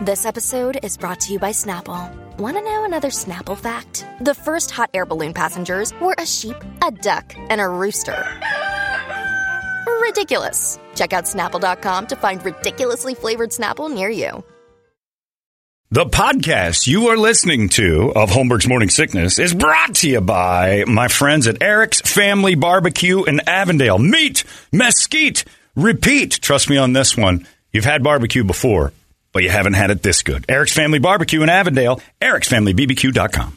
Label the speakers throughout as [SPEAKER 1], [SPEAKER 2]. [SPEAKER 1] This episode is brought to you by Snapple. Want to know another Snapple fact? The first hot air balloon passengers were a sheep, a duck, and a rooster. Ridiculous. Check out snapple.com to find ridiculously flavored Snapple near you.
[SPEAKER 2] The podcast you are listening to of Holmberg's Morning Sickness is brought to you by my friends at Eric's Family Barbecue in Avondale. Meet, mesquite, repeat. Trust me on this one. You've had barbecue before, but you haven't had it this good. Eric's Family Barbecue in Avondale, ericsfamilybbq.com.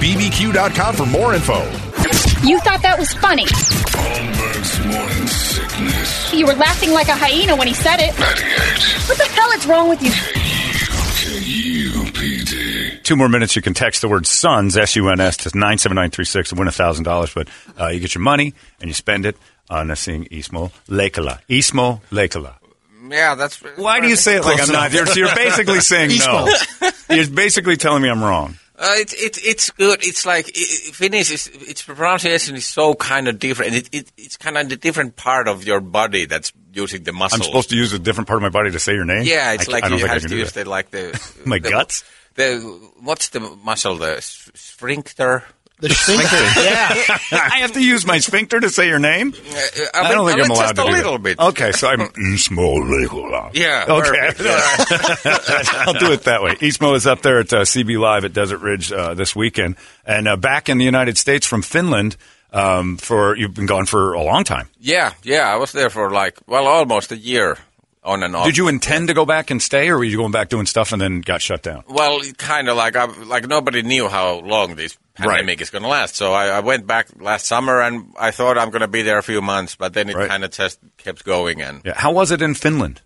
[SPEAKER 3] for more info.
[SPEAKER 4] You thought that was funny.
[SPEAKER 5] Holmberg's morning sickness.
[SPEAKER 4] You were laughing like a hyena when he said
[SPEAKER 5] 98
[SPEAKER 4] it. What the hell is wrong with you?
[SPEAKER 5] KUPD.
[SPEAKER 2] Two more minutes. You can text the word SUNS, S U N S, to 97936 and win $1,000. But uh, you get your money and you spend it on uh, seeing Ismo Lekala. Ismo Lekala.
[SPEAKER 6] Yeah, that's
[SPEAKER 2] Why do you say it like
[SPEAKER 6] Close
[SPEAKER 2] I'm not? You're,
[SPEAKER 6] enough.
[SPEAKER 2] you're basically saying no. You're basically telling me I'm wrong.
[SPEAKER 6] Uh, it's it's it's good. It's like i i- Finnish. Is, its pronunciation is so kind of different. It, it it's kind of the different part of your body that's using the muscle.
[SPEAKER 2] I'm supposed to use a different part of my body to say your name.
[SPEAKER 6] Yeah, it's
[SPEAKER 2] I,
[SPEAKER 6] like
[SPEAKER 2] I don't
[SPEAKER 6] you
[SPEAKER 2] think I
[SPEAKER 6] have
[SPEAKER 2] can
[SPEAKER 6] to
[SPEAKER 2] do
[SPEAKER 6] use
[SPEAKER 2] that.
[SPEAKER 6] the like the
[SPEAKER 2] My
[SPEAKER 6] the-
[SPEAKER 2] guts?
[SPEAKER 6] The what's the muscle? The s- sphincter.
[SPEAKER 7] The sphincter. yeah.
[SPEAKER 2] I have to use my sphincter to say your name. I,
[SPEAKER 6] mean,
[SPEAKER 2] don't think
[SPEAKER 6] I
[SPEAKER 2] I'm
[SPEAKER 6] mean,
[SPEAKER 2] allowed
[SPEAKER 6] Uh, just
[SPEAKER 2] to
[SPEAKER 6] a
[SPEAKER 2] do that.
[SPEAKER 6] little bit.
[SPEAKER 2] Okay, so I'm Ismo Lekala.
[SPEAKER 6] Yeah, perfect.
[SPEAKER 2] Okay, I'll do it that way. Ismo is up there at uh, CB Live at Desert Ridge uh, this weekend, and uh, back in the United States from Finland. Um, for you've been gone for a long time.
[SPEAKER 6] Yeah, yeah. I was there for like well, almost a year on and off.
[SPEAKER 2] Did you intend to go back and stay, or were you going back doing stuff and then got shut down?
[SPEAKER 6] Well, kind of like I, like nobody knew how long this
[SPEAKER 2] Right.
[SPEAKER 6] pandemic is going to last. So I, I went back last summer and I thought I'm going to be there a few months, but then it
[SPEAKER 2] Right.
[SPEAKER 6] kind of just kept going and
[SPEAKER 2] Yeah. How was it in Finland?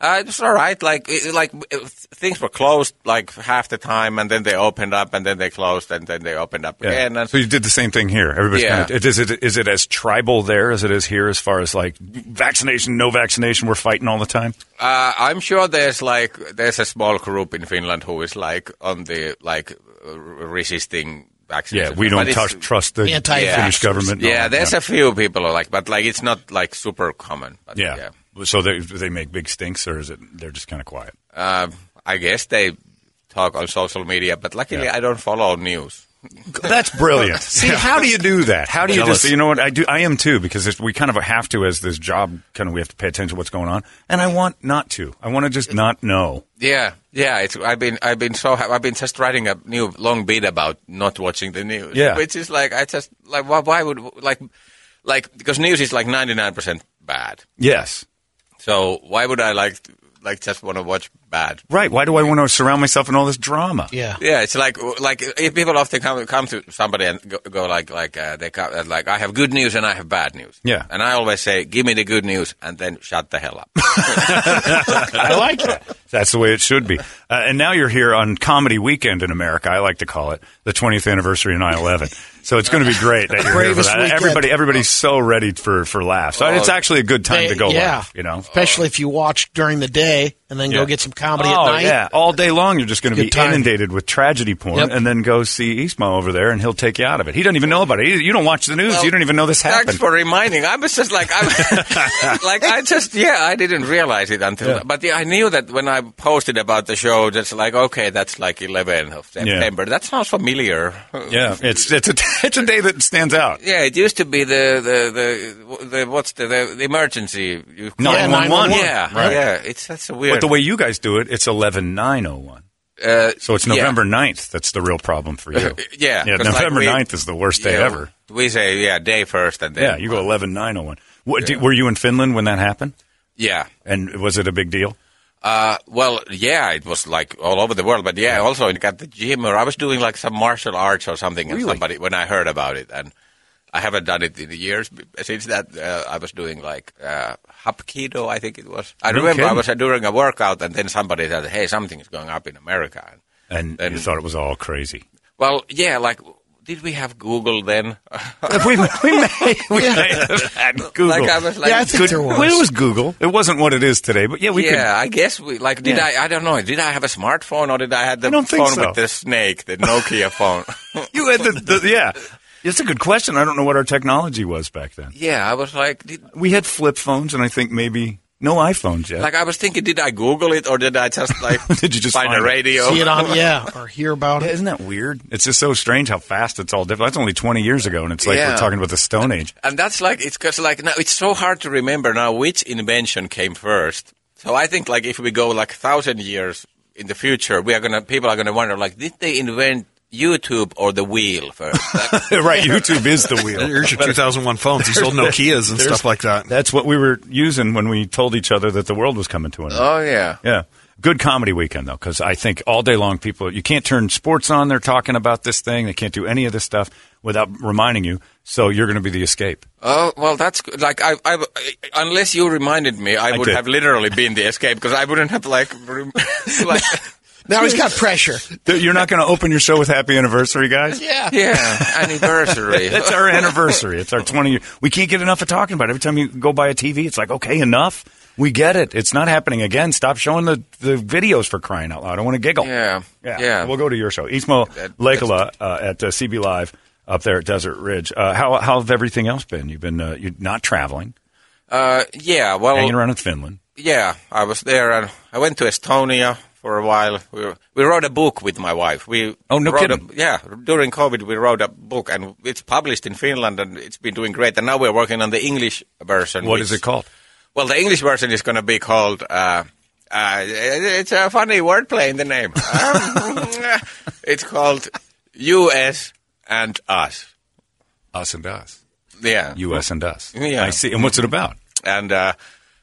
[SPEAKER 6] uh, it was all right. Like it, like it, things were closed like half the time, and then they opened up, and then they closed, and then they opened up again. And
[SPEAKER 2] so you did the same thing here. Everybody's
[SPEAKER 6] Yeah.
[SPEAKER 2] kind of, is it is it as tribal there as it is here as far as like vaccination, no vaccination, we're fighting all the time.
[SPEAKER 6] Uh, I'm sure there's like there's a small group in Finland who is like on the like uh, resisting vaccines.
[SPEAKER 2] Yeah, we don't
[SPEAKER 6] But it's-
[SPEAKER 2] trust trust the
[SPEAKER 7] Anti-vaxxers.
[SPEAKER 2] Finnish government. and all
[SPEAKER 6] Yeah,
[SPEAKER 2] that
[SPEAKER 6] there's
[SPEAKER 2] kind
[SPEAKER 6] a few people who like, but like it's not like super common. But,
[SPEAKER 2] of- yeah. So they do they make big stinks, or is it they're just kind of quiet?
[SPEAKER 6] Uh, I guess they talk on social media, but luckily
[SPEAKER 2] Yeah.
[SPEAKER 6] I don't follow news.
[SPEAKER 2] That's brilliant. See, how do you do that? How do you
[SPEAKER 7] Jealous.
[SPEAKER 2] just? You know what? I do. I am too because it's, we kind of have to as this job. Kind of we have to pay attention to what's going on, and I want not to. I want to just not know.
[SPEAKER 6] Yeah, yeah. It's I've been I've been so ha- I've been just writing a new long bit about not watching the news.
[SPEAKER 2] Yeah.
[SPEAKER 6] which is like I just like why, why would like like because news is like ninety nine percent bad.
[SPEAKER 2] Yes.
[SPEAKER 6] So why would I like like just want to watch bad?
[SPEAKER 2] Right. Why do I want to surround myself in all this drama?
[SPEAKER 7] Yeah.
[SPEAKER 6] Yeah, it's like like if people often come come to somebody and go, go like like uh, they come, uh, like I have good news and I have bad news.
[SPEAKER 2] Yeah.
[SPEAKER 6] and I always say give me the good news and then shut the hell up.
[SPEAKER 2] I like that. That's the way it should be. Uh, and now you're here on Comedy Weekend in America. I like to call it the 20th anniversary of 9/11. So it's going to be great that you're here for
[SPEAKER 7] Bravest
[SPEAKER 2] that.
[SPEAKER 7] weekend.
[SPEAKER 2] Everybody, everybody's so ready for for laughs. So it's actually a good time to go laugh. You know.
[SPEAKER 7] Especially if you watch during the day and then
[SPEAKER 2] Yeah.
[SPEAKER 7] go get some comedy
[SPEAKER 2] oh,
[SPEAKER 7] at night.
[SPEAKER 2] yeah. All day long, you're just going to
[SPEAKER 7] Good
[SPEAKER 2] be
[SPEAKER 7] time.
[SPEAKER 2] inundated with tragedy porn,
[SPEAKER 7] Yep.
[SPEAKER 2] and then go see Ismo over there, and he'll take you out of it. He doesn't even know about it. He- You don't watch the news. you don't even know this happened.
[SPEAKER 6] Thanks for reminding. I was just like, I was, like I just yeah, I didn't realize it until. But yeah, I knew that when I posted about the show, that's like okay, that's like 11th of September. That sounds familiar.
[SPEAKER 2] yeah, it's it's a it's a day that stands out.
[SPEAKER 6] Yeah, it used to be the the the, the what's the, the the emergency you
[SPEAKER 2] Nine one one.
[SPEAKER 6] Yeah,
[SPEAKER 2] Right.
[SPEAKER 6] yeah. It's that's a
[SPEAKER 2] But
[SPEAKER 6] weird.
[SPEAKER 2] the way you guys do to it, it's 11901.
[SPEAKER 6] Uh,
[SPEAKER 2] So it's
[SPEAKER 6] yeah.
[SPEAKER 2] November ninth. 9th that's the real problem for you.
[SPEAKER 6] Yeah,
[SPEAKER 2] Yeah,
[SPEAKER 6] 'cause, like,
[SPEAKER 2] November
[SPEAKER 6] we-
[SPEAKER 2] ninth 9th is the worst day
[SPEAKER 6] Yeah,
[SPEAKER 2] ever.
[SPEAKER 6] We say yeah, day first and then
[SPEAKER 2] Yeah, you go 11901. What, did, were you in Finland when that happened?
[SPEAKER 6] yeah.
[SPEAKER 2] And was it a big deal?
[SPEAKER 6] Uh, well, yeah, it was like all over the world, but yeah, also it got the gym, or I was doing like some martial arts or something, and somebody when I heard about it, and I haven't done it in years b- since that. Uh, I was doing like uh, hapkido, I think it was. I
[SPEAKER 2] No
[SPEAKER 6] remember I
[SPEAKER 2] kidding.
[SPEAKER 6] was uh, doing a workout, and then somebody said, "Hey, something is going up in America." And,
[SPEAKER 2] And you
[SPEAKER 6] And-
[SPEAKER 2] thought it was all crazy.
[SPEAKER 6] well, yeah, like did we have Google then?
[SPEAKER 2] we, we may, we may have had Google.
[SPEAKER 6] like I was like,
[SPEAKER 7] Yeah, I think there was.
[SPEAKER 2] Well, it was Google. It wasn't what it is today, but yeah, we
[SPEAKER 6] yeah,
[SPEAKER 2] could.
[SPEAKER 6] I guess we like. Did
[SPEAKER 2] Yeah.
[SPEAKER 6] I? I don't know. Did I have a smartphone or did I have the
[SPEAKER 2] I don't think
[SPEAKER 6] phone
[SPEAKER 2] so.
[SPEAKER 6] with the snake, the Nokia phone?
[SPEAKER 2] You had the, the yeah. It's a good question. I don't know what our technology was back then.
[SPEAKER 6] yeah, I was like, did,
[SPEAKER 2] We had flip phones, and I think maybe no iPhones yet.
[SPEAKER 6] like I was thinking, did I Google it or did I just like
[SPEAKER 2] Did you just
[SPEAKER 6] find,
[SPEAKER 2] find
[SPEAKER 6] a
[SPEAKER 2] it?
[SPEAKER 6] radio?
[SPEAKER 7] See it on, yeah, or hear about
[SPEAKER 2] Yeah,
[SPEAKER 7] it.
[SPEAKER 2] isn't that weird? It's just so strange how fast it's all different. That's only twenty years ago, and it's like we're
[SPEAKER 6] Yeah.
[SPEAKER 2] talking about the Stone Age.
[SPEAKER 6] And that's like it's because like now it's so hard to remember now which invention came first. So I think like if we go like thousand years in the future, we are gonna people are gonna wonder like did they invent YouTube or the wheel first? Like,
[SPEAKER 2] right? YouTube is the wheel.
[SPEAKER 8] Here's your 2001 phones. These old Nokias and stuff like that.
[SPEAKER 2] That's what we were using when we told each other that the world was coming to an end.
[SPEAKER 6] oh yeah.
[SPEAKER 2] Yeah. Good comedy weekend, though, because I think all day long people, you can't turn sports on. They're talking about this thing. They can't do any of this stuff without reminding you. So you're going to be the escape.
[SPEAKER 6] Oh well, that's good. like I, I, unless you reminded me, I,
[SPEAKER 2] I
[SPEAKER 6] would
[SPEAKER 2] did.
[SPEAKER 6] have literally been the escape because I wouldn't have like, rem- like
[SPEAKER 7] Now he's got pressure.
[SPEAKER 2] Th- You're not going to open your show with happy anniversary, guys?
[SPEAKER 7] Yeah.
[SPEAKER 6] yeah anniversary.
[SPEAKER 2] That's our anniversary. It's our 20 year. We can't get enough of talking about it. Every time you go buy a TV, it's like, okay, enough. We get it. It's not happening again. Stop showing the, the videos for crying out loud. I want to giggle.
[SPEAKER 6] Yeah.
[SPEAKER 2] Yeah.
[SPEAKER 6] Yeah.
[SPEAKER 2] We'll go to your show. Ismo
[SPEAKER 6] That-
[SPEAKER 2] Lakala uh, at uh, CB Live up there at Desert Ridge. Uh, how, how have everything else been? You've been uh, you're not traveling,
[SPEAKER 6] uh, yeah, well,
[SPEAKER 2] hanging around in Finland.
[SPEAKER 6] yeah, I was there and I went to Estonia for a while. We, were- we wrote a book with my wife. We
[SPEAKER 2] Oh, no
[SPEAKER 6] wrote a-
[SPEAKER 2] kidding.
[SPEAKER 6] yeah, during COVID we wrote a book and it's published in Finland and it's been doing great. And now we're working on the English version.
[SPEAKER 2] What is
[SPEAKER 6] which-
[SPEAKER 2] it called?
[SPEAKER 6] Well, the English version is going to be called. Uh, uh, it's a funny wordplay in the name. Um, it's called U.S. and Us.
[SPEAKER 2] Us and Us.
[SPEAKER 6] Yeah,
[SPEAKER 2] U.S. and Us.
[SPEAKER 6] Yeah.
[SPEAKER 2] I see. And what's it about?
[SPEAKER 6] and uh,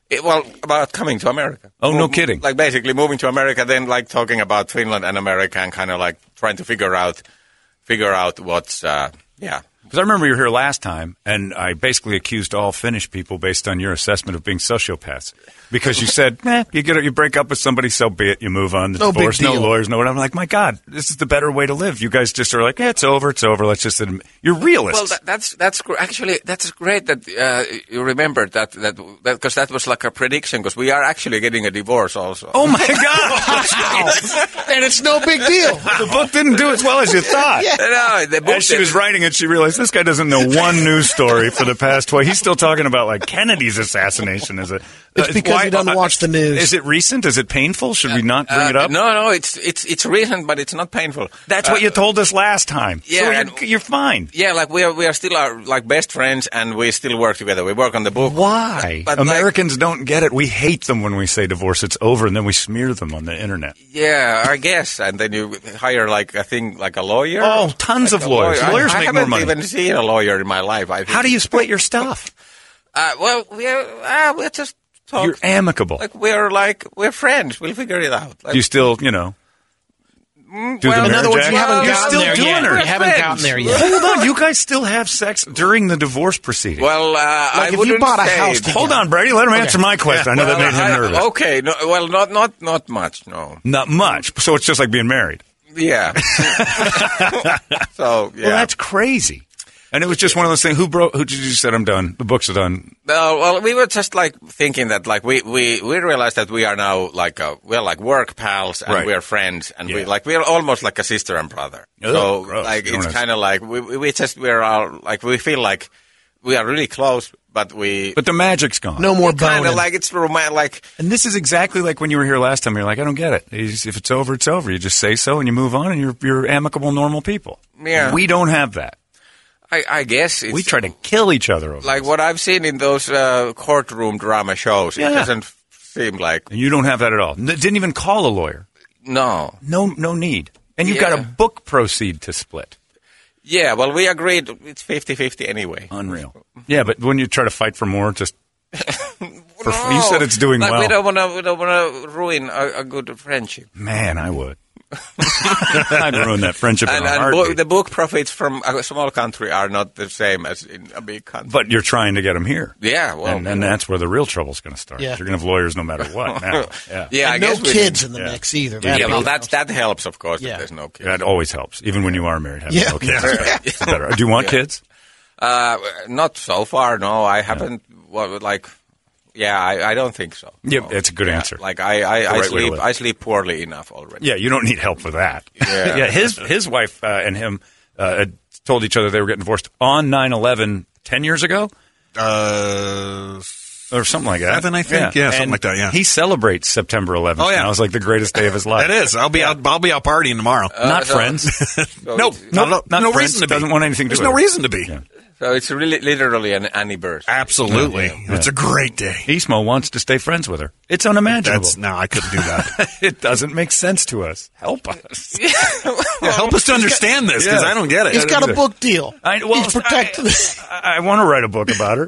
[SPEAKER 6] it, well, about coming to America.
[SPEAKER 2] Oh, no
[SPEAKER 6] Mo-
[SPEAKER 2] kidding.
[SPEAKER 6] Like basically moving to America, then like talking about Finland and America, and kind of like trying to figure out, figure out what's uh, yeah.
[SPEAKER 2] Because I remember you were here last time, and I basically accused all Finnish people based on your assessment of being sociopaths. Because you said, eh, you get you break up with somebody, so be it. You move on.
[SPEAKER 7] No big
[SPEAKER 2] divorce, no
[SPEAKER 7] deal.
[SPEAKER 2] lawyers, no what. I'm like, my God, this is the better way to live. You guys just are like, yeah, it's over, it's over. Let's just admit. You're realists.
[SPEAKER 6] Well, that, that's that's gr- actually that's great that uh, you remembered that that because that was like a prediction because we are actually getting a divorce also.
[SPEAKER 2] oh my God!
[SPEAKER 7] Oh. And it's no big deal.
[SPEAKER 2] the book didn't do as well as you thought.
[SPEAKER 6] No, the book
[SPEAKER 2] As she
[SPEAKER 6] did-
[SPEAKER 2] was writing it, she realized this guy doesn't know one news story for the past 20. He's still talking about like Kennedy's assassination. Is it?
[SPEAKER 7] It's because he doesn't watch the news.
[SPEAKER 2] uh, Is it recent? Is it painful? Should we not bring
[SPEAKER 6] uh,
[SPEAKER 2] it up?
[SPEAKER 6] No, no, it's it's it's recent, but it's not painful.
[SPEAKER 2] That's what you told us last time.
[SPEAKER 6] Uh, yeah,
[SPEAKER 2] so
[SPEAKER 6] and-
[SPEAKER 2] you're, you're fine.
[SPEAKER 6] Yeah, like we are we are still our, like best friends, and we still work together. We work on the book.
[SPEAKER 2] Why?
[SPEAKER 6] But, like-
[SPEAKER 2] Americans don't get it. We hate them when we say divorce. It's over, and then we smear them on the internet.
[SPEAKER 6] Yeah, I guess. And then you hire like a thing like a lawyer.
[SPEAKER 2] Oh, tons of
[SPEAKER 6] A
[SPEAKER 2] lawyers.
[SPEAKER 6] lawyer.
[SPEAKER 2] Lawyers
[SPEAKER 6] I, I
[SPEAKER 2] make more
[SPEAKER 6] haven't
[SPEAKER 2] money.
[SPEAKER 6] even seen a lawyer in my life. I think.
[SPEAKER 2] How do you split your stuff?
[SPEAKER 6] Uh, well, we're uh, we're just talk.
[SPEAKER 2] You're amicable.
[SPEAKER 6] like we're like we're friends. We'll figure it out. Like,
[SPEAKER 2] Do you still, you know? Do
[SPEAKER 6] Mm, well,
[SPEAKER 2] the
[SPEAKER 6] in
[SPEAKER 2] marriage
[SPEAKER 6] other words,
[SPEAKER 2] act?
[SPEAKER 6] you haven't
[SPEAKER 2] You're
[SPEAKER 6] gotten
[SPEAKER 2] still
[SPEAKER 6] there
[SPEAKER 2] doing
[SPEAKER 6] yet.
[SPEAKER 2] her.
[SPEAKER 6] We're
[SPEAKER 7] You haven't
[SPEAKER 6] friends.
[SPEAKER 7] gotten there yet.
[SPEAKER 2] Hold on, you guys still have sex during the divorce proceeding.
[SPEAKER 6] well, uh, I
[SPEAKER 7] if you
[SPEAKER 6] wouldn't
[SPEAKER 7] bought a
[SPEAKER 6] say-
[SPEAKER 7] house together-
[SPEAKER 2] Hold on, Brady. Let him answer my question. I know
[SPEAKER 6] Well,
[SPEAKER 2] that made him
[SPEAKER 6] Uh, I- Oh.
[SPEAKER 2] nervous.
[SPEAKER 6] Okay, no, well, not not not much. No,
[SPEAKER 2] Not much. So it's just like being married.
[SPEAKER 6] yeah. so yeah.
[SPEAKER 2] Well, that's crazy. And it was just one of those things. Who broke? Who did you said I'm done? The books are done.
[SPEAKER 6] No, well, we were just like thinking that like we we we realized that we are now like uh we're like work pals and
[SPEAKER 2] Right.
[SPEAKER 6] we're friends and we
[SPEAKER 2] Yeah.
[SPEAKER 6] like we're almost like a sister and brother.
[SPEAKER 2] Oh,
[SPEAKER 6] so
[SPEAKER 2] gross.
[SPEAKER 6] like
[SPEAKER 2] Don't
[SPEAKER 6] it's
[SPEAKER 2] ask.
[SPEAKER 6] kind of like we we we just we're all like we feel like we are really close, but we
[SPEAKER 2] But the magic's gone.
[SPEAKER 7] No more
[SPEAKER 6] kind
[SPEAKER 7] boning.
[SPEAKER 6] of like it's romantic. Like
[SPEAKER 2] And this is exactly like when you were here last time. You're like, I don't get it. You just- if it's over, it's over. You just say so, and you move on, and you're you're amicable, normal people.
[SPEAKER 6] Yeah.
[SPEAKER 2] We don't have that.
[SPEAKER 6] I I guess it's
[SPEAKER 2] we try to kill each other over.
[SPEAKER 6] like
[SPEAKER 2] this.
[SPEAKER 6] what I've seen in those uh, courtroom drama shows.
[SPEAKER 2] Yeah.
[SPEAKER 6] It doesn't seem like.
[SPEAKER 2] And you don't have that at all. N- Didn't even call a lawyer.
[SPEAKER 6] No.
[SPEAKER 2] No, no need. And you've got a
[SPEAKER 6] Yeah.
[SPEAKER 2] book proceed to split.
[SPEAKER 6] Yeah, well, we agreed it's 50 50 anyway.
[SPEAKER 2] Unreal. Yeah, but when you try to fight for more, just for,
[SPEAKER 6] No.
[SPEAKER 2] you said it's doing
[SPEAKER 6] like,
[SPEAKER 2] well.
[SPEAKER 6] We don't want to. We don't want to ruin a, a good friendship.
[SPEAKER 2] Man, I would. I'd ruin that friendship in
[SPEAKER 6] And,
[SPEAKER 2] a
[SPEAKER 6] and
[SPEAKER 2] heartbeat.
[SPEAKER 6] bo- the book profits from a small country are not the same as in a big country.
[SPEAKER 2] but you're trying to get them here.
[SPEAKER 6] yeah, well,
[SPEAKER 2] and, and that's where the real trouble's going to start.
[SPEAKER 7] Yeah.
[SPEAKER 2] You're going to have lawyers no matter what. Now. Yeah.
[SPEAKER 6] yeah, I
[SPEAKER 7] no
[SPEAKER 6] guess we
[SPEAKER 7] kids
[SPEAKER 6] didn't-
[SPEAKER 7] in the
[SPEAKER 2] Yeah.
[SPEAKER 7] mix either.
[SPEAKER 2] Yeah,
[SPEAKER 6] Yeah,
[SPEAKER 7] That'd
[SPEAKER 6] well,
[SPEAKER 7] be-
[SPEAKER 6] that that helps, of course.
[SPEAKER 7] Yeah.
[SPEAKER 6] That there's no kids.
[SPEAKER 2] That always helps, even when you are married. having
[SPEAKER 7] Yeah.
[SPEAKER 2] no kids is better. It's better. Do you want kids?
[SPEAKER 6] Uh, not so far. No, I haven't. Well, like, yeah, I, I don't think so.
[SPEAKER 2] Yep,
[SPEAKER 6] No.
[SPEAKER 2] that's a good
[SPEAKER 6] Yeah,
[SPEAKER 2] answer.
[SPEAKER 6] Like, I I,
[SPEAKER 2] The
[SPEAKER 6] I
[SPEAKER 2] right way to
[SPEAKER 6] sleep
[SPEAKER 2] live.
[SPEAKER 6] I sleep poorly enough already.
[SPEAKER 2] Yeah, you don't need help with that.
[SPEAKER 6] Yeah.
[SPEAKER 2] his his wife uh, and him uh, had told each other they were getting divorced on 9-11 10 years ago
[SPEAKER 8] Uh,
[SPEAKER 2] or something like that.
[SPEAKER 8] Seven, I think. Yeah, something
[SPEAKER 2] And
[SPEAKER 8] like that, yeah.
[SPEAKER 2] he celebrates September 11th.
[SPEAKER 8] Oh, yeah.
[SPEAKER 2] now. It's like the greatest day of his life.
[SPEAKER 8] it is. I'll be out. I'll be out partying tomorrow.
[SPEAKER 2] Uh, Not
[SPEAKER 6] so-
[SPEAKER 2] friends.
[SPEAKER 6] So
[SPEAKER 8] no,
[SPEAKER 6] it's,
[SPEAKER 8] no,
[SPEAKER 2] not- not
[SPEAKER 8] no
[SPEAKER 2] friends.
[SPEAKER 8] reason to be.
[SPEAKER 2] Doesn't want anything to
[SPEAKER 8] There's no
[SPEAKER 2] do with it.
[SPEAKER 8] reason to be.
[SPEAKER 2] Yeah.
[SPEAKER 6] so it's really literally an anniversary.
[SPEAKER 8] Absolutely, it's a great day.
[SPEAKER 2] Ismo wants to stay friends with her. It's unimaginable.
[SPEAKER 8] That's no, I couldn't do that.
[SPEAKER 2] it doesn't make sense to us. Help us.
[SPEAKER 8] Yeah, help us to understand this because
[SPEAKER 2] Yeah.
[SPEAKER 8] I don't get it.
[SPEAKER 7] He's got a book deal.
[SPEAKER 2] I, well,
[SPEAKER 7] He's protected.
[SPEAKER 2] I, I want to write a book about her.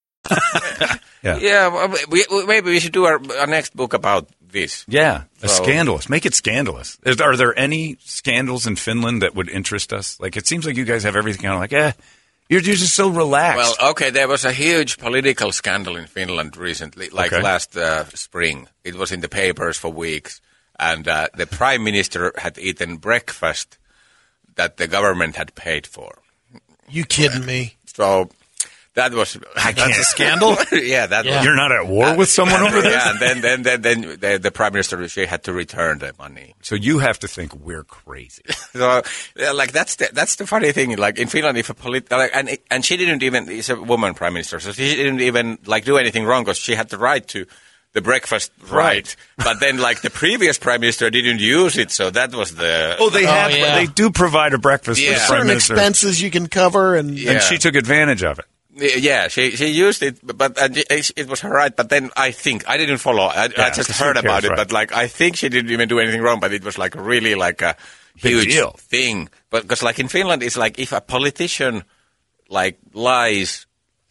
[SPEAKER 6] Yeah, well, we, we, maybe we should do our, our next book about this.
[SPEAKER 2] Yeah, a
[SPEAKER 6] So-
[SPEAKER 2] scandalous. Make it scandalous. Is, are there any scandals in Finland that would interest us? Like, it seems like you guys have everything kind of like, eh, you're, you're just so
[SPEAKER 6] Well, oh,
[SPEAKER 2] relaxed.
[SPEAKER 6] okay, there was a huge political scandal in Finland recently, like
[SPEAKER 2] Okay.
[SPEAKER 6] last uh, spring. It was in the papers for weeks, and uh, the prime minister had eaten breakfast that the government had paid for.
[SPEAKER 7] You kidding me?
[SPEAKER 6] So that was
[SPEAKER 2] can't.
[SPEAKER 6] that's a scandal. yeah, that was.
[SPEAKER 2] you're not at war with someone over this?
[SPEAKER 6] Yeah, and then then then, then the, the prime minister she had to return the money.
[SPEAKER 2] So you have to think we're crazy.
[SPEAKER 6] So, yeah, like that's the that's the funny thing. Like in Finland, if a polit like, and and she didn't even is a woman prime minister, so she didn't even like do anything wrong because she had the right to the breakfast right.
[SPEAKER 2] Right.
[SPEAKER 6] But then, like the previous prime minister didn't use it, so that was the
[SPEAKER 2] Oh, they have.
[SPEAKER 7] yeah.
[SPEAKER 2] They do provide a breakfast for the
[SPEAKER 6] Yeah.
[SPEAKER 2] prime
[SPEAKER 7] Certain
[SPEAKER 2] minister,
[SPEAKER 7] expenses you can cover, and
[SPEAKER 6] Yeah.
[SPEAKER 2] and she took advantage of it.
[SPEAKER 6] yeah. She she used it, but and it it was her right. But then I think I didn't follow. I, I just
[SPEAKER 2] who
[SPEAKER 6] heard
[SPEAKER 2] cares,
[SPEAKER 6] about it,
[SPEAKER 2] right.
[SPEAKER 6] but like I think she didn't even do anything wrong. But it was like really like a huge
[SPEAKER 2] deal.
[SPEAKER 6] thing. But because like in Finland, it's like if a politician like lies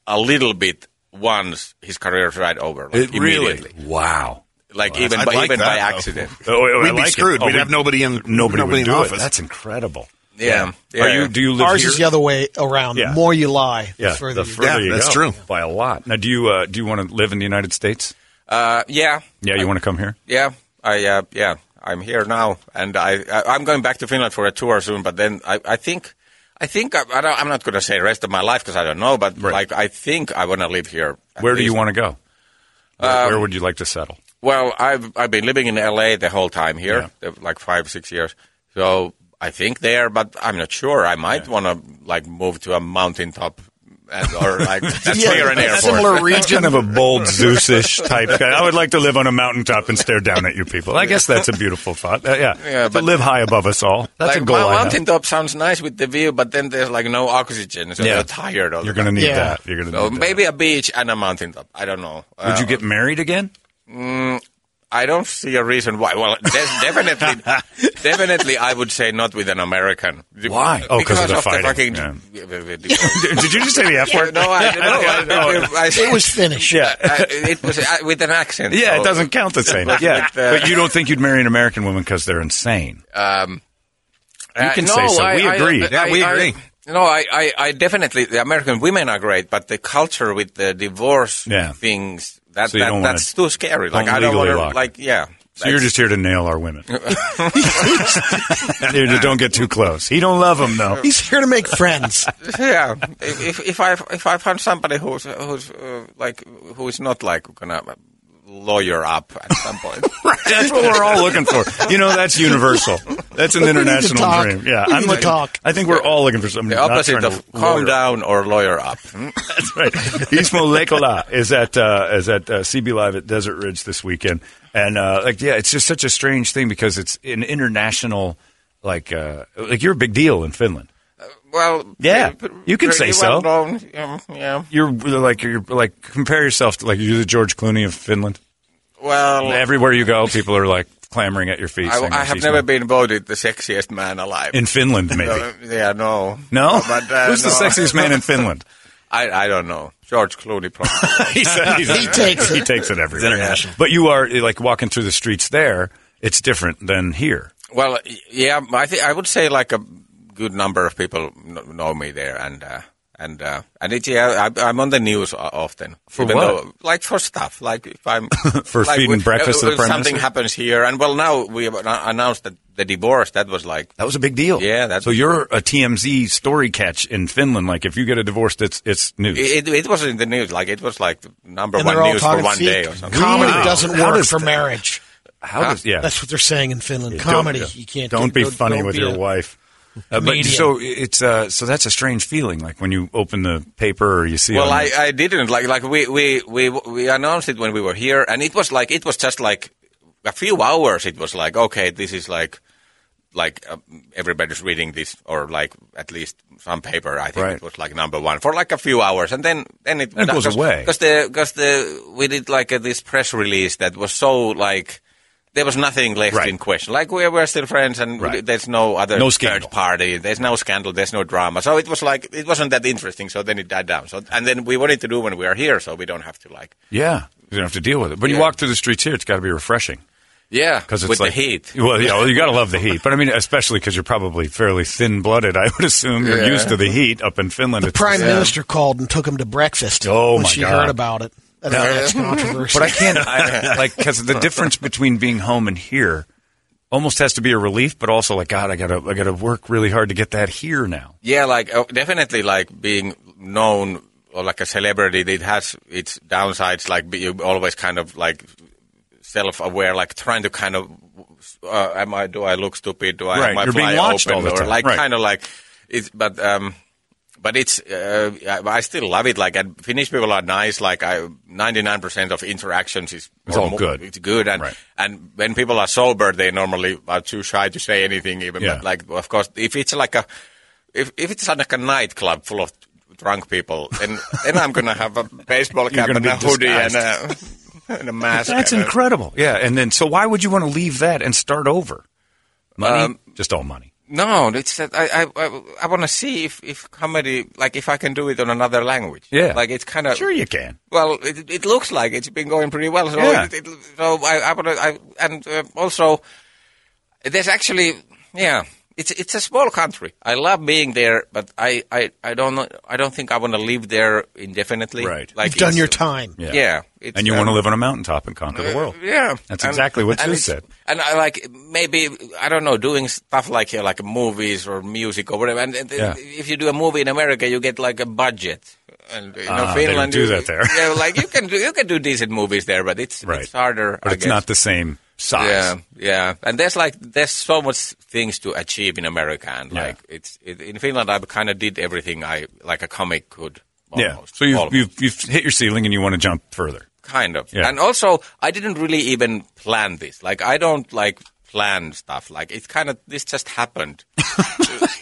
[SPEAKER 6] a little bit once, his career is right over. Like, immediately.
[SPEAKER 2] Wow.
[SPEAKER 6] Like even
[SPEAKER 8] I'd
[SPEAKER 6] by,
[SPEAKER 8] like
[SPEAKER 6] even by
[SPEAKER 8] that, though.
[SPEAKER 6] accident.
[SPEAKER 2] Oh, I- I
[SPEAKER 8] We'd be
[SPEAKER 2] like it.
[SPEAKER 8] screwed.
[SPEAKER 2] Oh,
[SPEAKER 8] We'd have nobody in-
[SPEAKER 2] Nobody,
[SPEAKER 8] nobody
[SPEAKER 2] would
[SPEAKER 8] in
[SPEAKER 2] do it.
[SPEAKER 8] office.
[SPEAKER 2] That's incredible.
[SPEAKER 6] Yeah. yeah.
[SPEAKER 2] Are you? Do you live
[SPEAKER 7] ours
[SPEAKER 2] here?
[SPEAKER 7] is the other way around.
[SPEAKER 2] Yeah.
[SPEAKER 7] The more you lie,
[SPEAKER 2] yeah,
[SPEAKER 7] the further you
[SPEAKER 8] Yeah,
[SPEAKER 2] you
[SPEAKER 8] that's
[SPEAKER 2] go,
[SPEAKER 8] true.
[SPEAKER 2] by a lot. Now, do you uh, do you want to live in the United States?
[SPEAKER 6] Uh, yeah.
[SPEAKER 2] Yeah, you want to come here?
[SPEAKER 6] Yeah, I uh, yeah, I'm here now, and I, I I'm going back to Finland for a tour soon. But then I, I think I think I, I don't, I'm not going to say rest of my life because I don't know. But
[SPEAKER 2] Right.
[SPEAKER 6] like I think I want to live here. at
[SPEAKER 2] Where do you
[SPEAKER 6] least.
[SPEAKER 2] want to go? Where, where
[SPEAKER 6] Um,
[SPEAKER 2] would you like to settle?
[SPEAKER 6] Well, I've I've been living in L.A. the whole time
[SPEAKER 2] Yeah.
[SPEAKER 6] here, the- like five six years. So I think there, but I'm not sure. I might want to like move to a mountaintop. and- or like that's
[SPEAKER 7] Yeah,
[SPEAKER 6] near an airport.
[SPEAKER 7] similar
[SPEAKER 2] That's
[SPEAKER 7] region.
[SPEAKER 2] kind of a bold Zeus-ish type guy. I would like to live on a mountaintop and stare down at you people. I guess that's a beautiful thought. Uh, yeah,
[SPEAKER 6] Yeah,
[SPEAKER 2] to
[SPEAKER 6] but-
[SPEAKER 2] live high above us all. That's
[SPEAKER 6] like
[SPEAKER 2] a goal.
[SPEAKER 6] my
[SPEAKER 2] I have.
[SPEAKER 6] mountaintop sounds nice with the view, but then there's like no oxygen, so
[SPEAKER 2] Yeah.
[SPEAKER 6] you're tired. All the
[SPEAKER 2] You're going to
[SPEAKER 6] time.
[SPEAKER 2] need
[SPEAKER 7] Yeah.
[SPEAKER 2] that. You're going to
[SPEAKER 6] So
[SPEAKER 2] need
[SPEAKER 6] Oh, maybe uh, a beach and a mountaintop. I don't know.
[SPEAKER 2] that. Would you get married again?
[SPEAKER 6] I don't see a reason why. Well, de- definitely, definitely, I would say not with an American.
[SPEAKER 2] Why? Oh, 'cause of the fighting,
[SPEAKER 6] fucking.
[SPEAKER 2] Did did you just say the F word?
[SPEAKER 6] no, I don't know. I, I,
[SPEAKER 7] it was finished.
[SPEAKER 2] Yeah.
[SPEAKER 6] I- it was uh, with an accent.
[SPEAKER 2] Yeah,
[SPEAKER 6] so,
[SPEAKER 2] it doesn't count the same.
[SPEAKER 6] Like
[SPEAKER 2] Yeah,
[SPEAKER 6] the-
[SPEAKER 2] but you don't think you'd marry an American woman because they're insane.
[SPEAKER 6] Um,
[SPEAKER 2] You
[SPEAKER 6] uh,
[SPEAKER 2] can
[SPEAKER 6] no,
[SPEAKER 2] say so.
[SPEAKER 6] I-
[SPEAKER 2] We
[SPEAKER 6] I-
[SPEAKER 2] agree.
[SPEAKER 6] I-
[SPEAKER 8] Yeah, we
[SPEAKER 6] I-
[SPEAKER 8] agree.
[SPEAKER 6] no, I, I, I definitely the American women are great, but the culture with the divorce
[SPEAKER 2] Yeah.
[SPEAKER 6] things that,
[SPEAKER 2] So you
[SPEAKER 6] that
[SPEAKER 2] don't wanna-
[SPEAKER 6] that's too scary. Like
[SPEAKER 2] don't
[SPEAKER 6] I don't
[SPEAKER 2] legally
[SPEAKER 6] want
[SPEAKER 2] lock it.
[SPEAKER 6] to like yeah.
[SPEAKER 2] So you're
[SPEAKER 6] That's-
[SPEAKER 2] just here to nail our women. You don't get too close. He don't love them though.
[SPEAKER 7] He's here to make friends.
[SPEAKER 6] yeah. If, if if I if I find somebody who's who's uh, like who is not like gonna lawyer up at some point.
[SPEAKER 2] That's what we're all looking for. You know, that's universal. That's an
[SPEAKER 6] We need to
[SPEAKER 2] international
[SPEAKER 6] talk.
[SPEAKER 2] dream. Yeah,
[SPEAKER 6] We need to
[SPEAKER 2] like-
[SPEAKER 6] talk.
[SPEAKER 2] I think we're all looking for something.
[SPEAKER 6] The opposite of calm down or lawyer up. Hmm?
[SPEAKER 2] That's right. Ismo Lekola is at uh, is at uh, CB Live at Desert Ridge this weekend, and uh, like yeah, it's just such a strange thing because it's an international like uh, like you're a big deal in Finland.
[SPEAKER 6] Well,
[SPEAKER 2] Yeah,
[SPEAKER 6] pretty-
[SPEAKER 2] you can
[SPEAKER 6] pretty
[SPEAKER 2] say
[SPEAKER 6] well
[SPEAKER 2] so.
[SPEAKER 6] known, um, yeah.
[SPEAKER 2] You're like you're like compare yourself to like you're the George Clooney of Finland.
[SPEAKER 6] Well,
[SPEAKER 2] Everywhere you go, people are like clamoring at your feet.
[SPEAKER 6] I,
[SPEAKER 2] saying,
[SPEAKER 6] I
[SPEAKER 2] "Oh,
[SPEAKER 6] have
[SPEAKER 2] she's
[SPEAKER 6] never
[SPEAKER 2] not-"
[SPEAKER 6] been voted the sexiest man alive.
[SPEAKER 2] in Finland. Maybe
[SPEAKER 6] No, yeah, no.
[SPEAKER 2] no.
[SPEAKER 6] But, uh,
[SPEAKER 2] Who's the
[SPEAKER 6] no.
[SPEAKER 2] sexiest man in Finland?
[SPEAKER 6] I, I don't know. George Clooney probably.
[SPEAKER 2] He said- he said- He takes it everywhere. But you are like walking through the streets there. It's different than here.
[SPEAKER 6] Well, y- yeah, I think I would say like a good number of people kn- know me there, and uh, and uh, and it, yeah, I, I'm on the news o- often.
[SPEAKER 2] For
[SPEAKER 6] Even
[SPEAKER 2] what?
[SPEAKER 6] though- like for stuff, like if I'm
[SPEAKER 2] For
[SPEAKER 6] like
[SPEAKER 2] feeding
[SPEAKER 6] we-
[SPEAKER 2] breakfast to the
[SPEAKER 6] if
[SPEAKER 2] prime
[SPEAKER 6] something
[SPEAKER 2] minister?
[SPEAKER 6] happens here, and well, now we have an- announced that the divorce. That was like
[SPEAKER 2] That was a big deal.
[SPEAKER 6] Yeah, that's-
[SPEAKER 2] so you're a TMZ story catch in Finland. Like if you get a divorce, it's it's news.
[SPEAKER 6] it, it was in the news. Like it was like the number
[SPEAKER 7] And they're
[SPEAKER 6] one
[SPEAKER 7] all
[SPEAKER 6] news for
[SPEAKER 7] talking
[SPEAKER 6] one
[SPEAKER 7] feet.
[SPEAKER 6] day or something.
[SPEAKER 7] Comedy
[SPEAKER 2] Wow.
[SPEAKER 7] doesn't
[SPEAKER 2] How
[SPEAKER 7] work
[SPEAKER 2] does
[SPEAKER 7] for
[SPEAKER 2] that-
[SPEAKER 7] marriage.
[SPEAKER 2] How does yeah?
[SPEAKER 7] That's what they're saying in Finland.
[SPEAKER 2] Yeah, don't-
[SPEAKER 7] Comedy.
[SPEAKER 2] yeah.
[SPEAKER 7] you can't.
[SPEAKER 2] Don't be funny with
[SPEAKER 7] be
[SPEAKER 2] your
[SPEAKER 7] a-
[SPEAKER 2] wife. Uh, but
[SPEAKER 7] comedian.
[SPEAKER 2] so it's uh, so that's a strange feeling. Like when you open the paper or you see.
[SPEAKER 6] Well,
[SPEAKER 2] on
[SPEAKER 6] I,
[SPEAKER 2] the-
[SPEAKER 6] I didn't like like we, we we we announced it when we were here, and it was like it was just like a few hours. It was like okay, this is like like uh, everybody's reading this, or like at least some paper. I think
[SPEAKER 2] Right.
[SPEAKER 6] it was like number one for like a few hours, and then then it,
[SPEAKER 2] It goes away.
[SPEAKER 6] because the because the we did like uh this press release that was so like. There was nothing left
[SPEAKER 2] Right.
[SPEAKER 6] in question. Like we were still friends, and we-
[SPEAKER 2] Right.
[SPEAKER 6] there's no other
[SPEAKER 2] No
[SPEAKER 6] third
[SPEAKER 2] scandal.
[SPEAKER 6] party. There's no scandal. There's no drama. So it was like it wasn't that interesting. So then it died down. So and then we wanted to do when we are here, so we don't have to like
[SPEAKER 2] yeah, you don't have to deal with it. But you
[SPEAKER 6] Yeah.
[SPEAKER 2] walk through the streets here, it's got to be refreshing
[SPEAKER 6] yeah
[SPEAKER 2] because it's
[SPEAKER 6] with
[SPEAKER 2] like
[SPEAKER 6] the heat.
[SPEAKER 2] Well, yeah, well, you got to love the heat. But I mean, especially because you're probably fairly thin-blooded. I would assume you're
[SPEAKER 6] Yeah.
[SPEAKER 2] used to the heat up in Finland.
[SPEAKER 7] The
[SPEAKER 2] It's-
[SPEAKER 7] prime
[SPEAKER 2] yeah.
[SPEAKER 7] minister called and took him to breakfast
[SPEAKER 2] Oh,
[SPEAKER 7] when
[SPEAKER 2] my
[SPEAKER 7] she
[SPEAKER 2] God.
[SPEAKER 7] heard about it. And all that's controversy.
[SPEAKER 2] But I can't, I, like, because the difference between being home and here almost has to be a relief, but also like, God, I gotta, I gotta work really hard to get that here now.
[SPEAKER 6] Yeah, like oh, definitely like being known or like a celebrity. It has its downsides. Like be- you always kind of like self-aware, like trying to kind of uh, am I do I look stupid? Do I
[SPEAKER 2] Right,
[SPEAKER 6] have my
[SPEAKER 2] you're being
[SPEAKER 6] fly
[SPEAKER 2] watched
[SPEAKER 6] open
[SPEAKER 2] all the
[SPEAKER 6] or
[SPEAKER 2] time,
[SPEAKER 6] like
[SPEAKER 2] right.
[SPEAKER 6] kind of like it's but. um but it's uh, I I still love it. Like and Finnish people are nice. Like I, ninety nine percent of interactions is
[SPEAKER 2] It's
[SPEAKER 6] or
[SPEAKER 2] all
[SPEAKER 6] mo-
[SPEAKER 2] good.
[SPEAKER 6] It's good, and
[SPEAKER 2] Right.
[SPEAKER 6] and when people are sober, they normally are too shy to say anything. Even
[SPEAKER 2] Yeah.
[SPEAKER 6] but like of course, if it's like a if if it's like a nightclub full of drunk people, then then I'm gonna have a baseball
[SPEAKER 2] You're
[SPEAKER 6] cap
[SPEAKER 2] gonna
[SPEAKER 6] and
[SPEAKER 2] be
[SPEAKER 6] a hoodie and a, and a mask.
[SPEAKER 2] That's
[SPEAKER 6] and a-
[SPEAKER 2] incredible. Yeah. And then, so why would you want to leave that and start over? Money?
[SPEAKER 6] Um,
[SPEAKER 2] Just all money.
[SPEAKER 6] No, it's that I I I, I want to see if if comedy like if I can do it on another language.
[SPEAKER 2] Yeah.
[SPEAKER 6] like it's kind of
[SPEAKER 2] Sure you can.
[SPEAKER 6] Well, it, it looks like it's been going pretty well. So,
[SPEAKER 2] Yeah.
[SPEAKER 6] it, it, so I, I, wanna, I and uh, also there's actually yeah, it's it's a small country. I love being there, but I I, I don't know, I don't think I want to live there indefinitely.
[SPEAKER 2] Right.
[SPEAKER 6] like
[SPEAKER 7] You've done
[SPEAKER 6] it's-
[SPEAKER 7] your time.
[SPEAKER 2] Yeah.
[SPEAKER 6] Yeah, it's,
[SPEAKER 2] and you want to
[SPEAKER 6] um, uh,
[SPEAKER 2] live on a mountaintop and conquer the world.
[SPEAKER 6] yeah,
[SPEAKER 2] Oh. That's
[SPEAKER 6] And-
[SPEAKER 2] exactly what
[SPEAKER 6] and
[SPEAKER 2] you
[SPEAKER 6] it's-
[SPEAKER 2] said.
[SPEAKER 6] And I like maybe I don't know doing stuff like here, like movies or music or whatever. And, and
[SPEAKER 2] Yeah.
[SPEAKER 6] if you do a movie in America, you get like a budget. And you know,
[SPEAKER 2] Ah, they don't
[SPEAKER 6] Finland
[SPEAKER 2] do
[SPEAKER 6] you-
[SPEAKER 2] that there.
[SPEAKER 6] Yeah, like you can do you can do decent movies there, but it's
[SPEAKER 2] Right.
[SPEAKER 6] it's harder.
[SPEAKER 2] But
[SPEAKER 6] I
[SPEAKER 2] it's
[SPEAKER 6] guess.
[SPEAKER 2] not the same size.
[SPEAKER 6] Yeah, yeah. And there's like there's so much things to achieve in America, and
[SPEAKER 2] Yeah.
[SPEAKER 6] like it's it, in Finland, I kind of did everything I like a comic could.
[SPEAKER 2] Yeah.
[SPEAKER 6] Almost,
[SPEAKER 2] So you've,
[SPEAKER 6] almost.
[SPEAKER 2] you've, you've hit your ceiling and you want to jump further.
[SPEAKER 6] kind of
[SPEAKER 2] Yeah.
[SPEAKER 6] and also i didn't really even plan this like i don't like plan stuff like it's kind of this just happened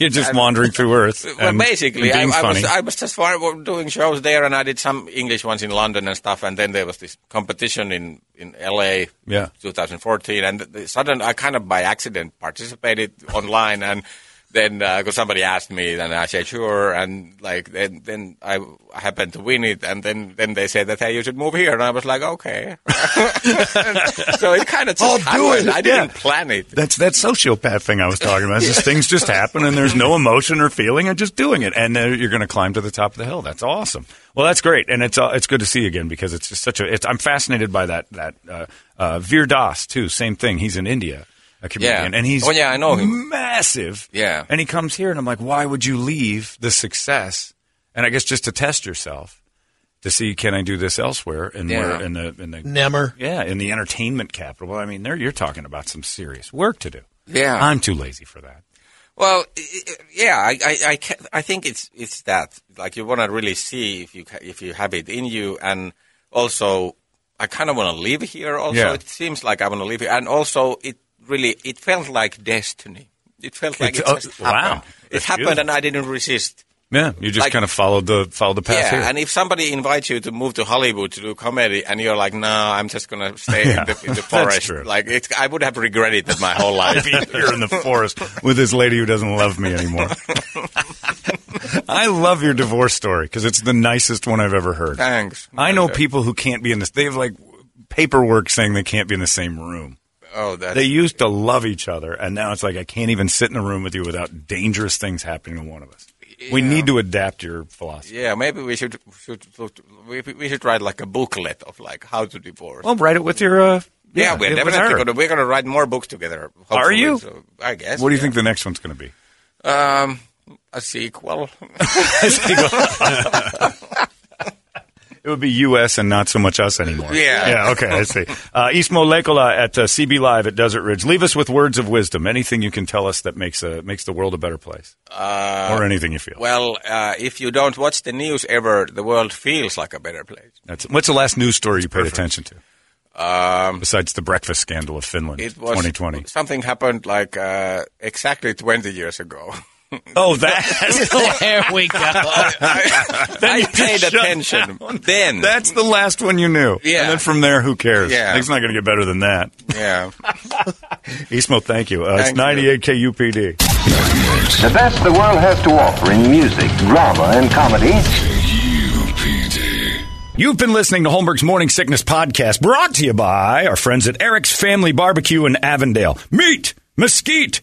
[SPEAKER 2] You're just
[SPEAKER 6] And-
[SPEAKER 2] wandering through Earth.
[SPEAKER 6] well
[SPEAKER 2] and
[SPEAKER 6] basically I,
[SPEAKER 2] being
[SPEAKER 6] I was
[SPEAKER 2] funny.
[SPEAKER 6] i was just far- doing shows there and i did some english ones in london and stuff and then there was this competition in in la
[SPEAKER 2] Yeah.
[SPEAKER 6] 2014 and the- sudden i kind of by accident participated online and then because somebody asked me and i said sure and like then then i happened to win it and then then they said that hey you should move here and i was like okay so it kind of just
[SPEAKER 2] I'll Oh, do
[SPEAKER 6] happened
[SPEAKER 2] it,
[SPEAKER 6] i didn't
[SPEAKER 2] yeah.
[SPEAKER 6] plan it
[SPEAKER 2] That's that sociopath thing I was talking about. It's Just things just happen, and there's no emotion or feeling, and just doing it, and then you're going to climb to the top of the hill. That's awesome. Well, that's great, and it's uh, it's good to see you again because it's just such a. It's, I'm fascinated by that that uh, uh, Veer Das too. Same thing. He's in India, a comedian,
[SPEAKER 6] Yeah.
[SPEAKER 2] and he's
[SPEAKER 6] Oh, yeah, I know him.
[SPEAKER 2] massive.
[SPEAKER 6] Yeah.
[SPEAKER 2] and he comes here, and I'm like, why would you leave the success? And I guess just to test yourself. to see can I do this elsewhere? And
[SPEAKER 7] Yeah.
[SPEAKER 2] we're in the in the
[SPEAKER 7] Nemmer.
[SPEAKER 2] yeah, in the entertainment capital. I mean, there you're talking about some serious work to do.
[SPEAKER 6] Yeah.
[SPEAKER 2] I'm too lazy for that.
[SPEAKER 6] Well, i- i- yeah, I, I, I, ca- I think it's it's that like you want to really see if you ca- if you have it in you, and also I kind of want to live here. Also,
[SPEAKER 2] Yeah.
[SPEAKER 6] it seems like I want to live here, and also it really it felt like destiny. It felt like
[SPEAKER 2] It's-
[SPEAKER 6] it,
[SPEAKER 2] oh,
[SPEAKER 6] just
[SPEAKER 2] wow.
[SPEAKER 6] happened. It
[SPEAKER 2] That's
[SPEAKER 6] happened,
[SPEAKER 2] beautiful.
[SPEAKER 6] and I didn't resist.
[SPEAKER 2] Yeah, you just
[SPEAKER 6] Like-
[SPEAKER 2] kind of followed the followed the path
[SPEAKER 6] yeah,
[SPEAKER 2] here.
[SPEAKER 6] and if somebody invites you to move to Hollywood to do comedy, and you're like, "No, I'm just gonna stay
[SPEAKER 2] Yeah.
[SPEAKER 6] in, the, in the
[SPEAKER 2] That's
[SPEAKER 6] forest,"
[SPEAKER 2] true.
[SPEAKER 6] like it's, I would have regretted that my whole life.
[SPEAKER 2] here in the forest with this lady who doesn't love me anymore. I love your divorce story because it's the nicest one I've ever heard.
[SPEAKER 6] Thanks. Oh,
[SPEAKER 2] I know people who can't be in this. They have like paperwork saying they can't be in the same room.
[SPEAKER 6] Oh, that's
[SPEAKER 2] They used to love each other, and now it's like I can't even sit in a room with you without dangerous things happening to one of us. We need to adapt your philosophy.
[SPEAKER 6] Yeah, maybe we should should we, we should write like a booklet of like how to divorce.
[SPEAKER 2] Well, write it with your. Uh,
[SPEAKER 6] yeah, we're
[SPEAKER 2] with
[SPEAKER 6] definitely
[SPEAKER 2] her.
[SPEAKER 6] gonna we're gonna write more books together. hopefully,
[SPEAKER 2] Are you?
[SPEAKER 6] So, I guess.
[SPEAKER 2] What do you think the next one's going to be?
[SPEAKER 6] Um, a sequel.
[SPEAKER 2] It would be U.S. and not so much us anymore.
[SPEAKER 6] Yeah.
[SPEAKER 2] Yeah, okay, I see. Uh, Ismo Lekola at uh, CB Live at Desert Ridge. Leave us with words of wisdom. Anything you can tell us that makes, a, makes the world a better place.
[SPEAKER 6] Uh,
[SPEAKER 2] or anything you feel.
[SPEAKER 6] well, uh, if you don't watch the news ever, the world feels like a better place.
[SPEAKER 2] That's, what's the last news story you paid attention to?
[SPEAKER 6] Um,
[SPEAKER 2] Besides the breakfast scandal of Finland,
[SPEAKER 6] it was
[SPEAKER 2] 2020.
[SPEAKER 6] Something happened like uh, exactly twenty years ago.
[SPEAKER 2] Oh, that.
[SPEAKER 7] there we go.
[SPEAKER 6] I paid attention then.
[SPEAKER 2] That's the last one you knew.
[SPEAKER 6] Yeah.
[SPEAKER 2] And then from there, who cares?
[SPEAKER 6] Yeah.
[SPEAKER 2] It's not going to get better than that.
[SPEAKER 6] yeah.
[SPEAKER 2] Ismo, thank you. Uh,
[SPEAKER 6] Thank you.
[SPEAKER 2] it's 98 KUPD.
[SPEAKER 9] The best the world has to offer in music, drama, and comedy.
[SPEAKER 5] K-U-P-D.
[SPEAKER 2] You've been listening to Holmberg's Morning Sickness Podcast, brought to you by our friends at Eric's Family Barbecue in Avondale. Meet, mesquite,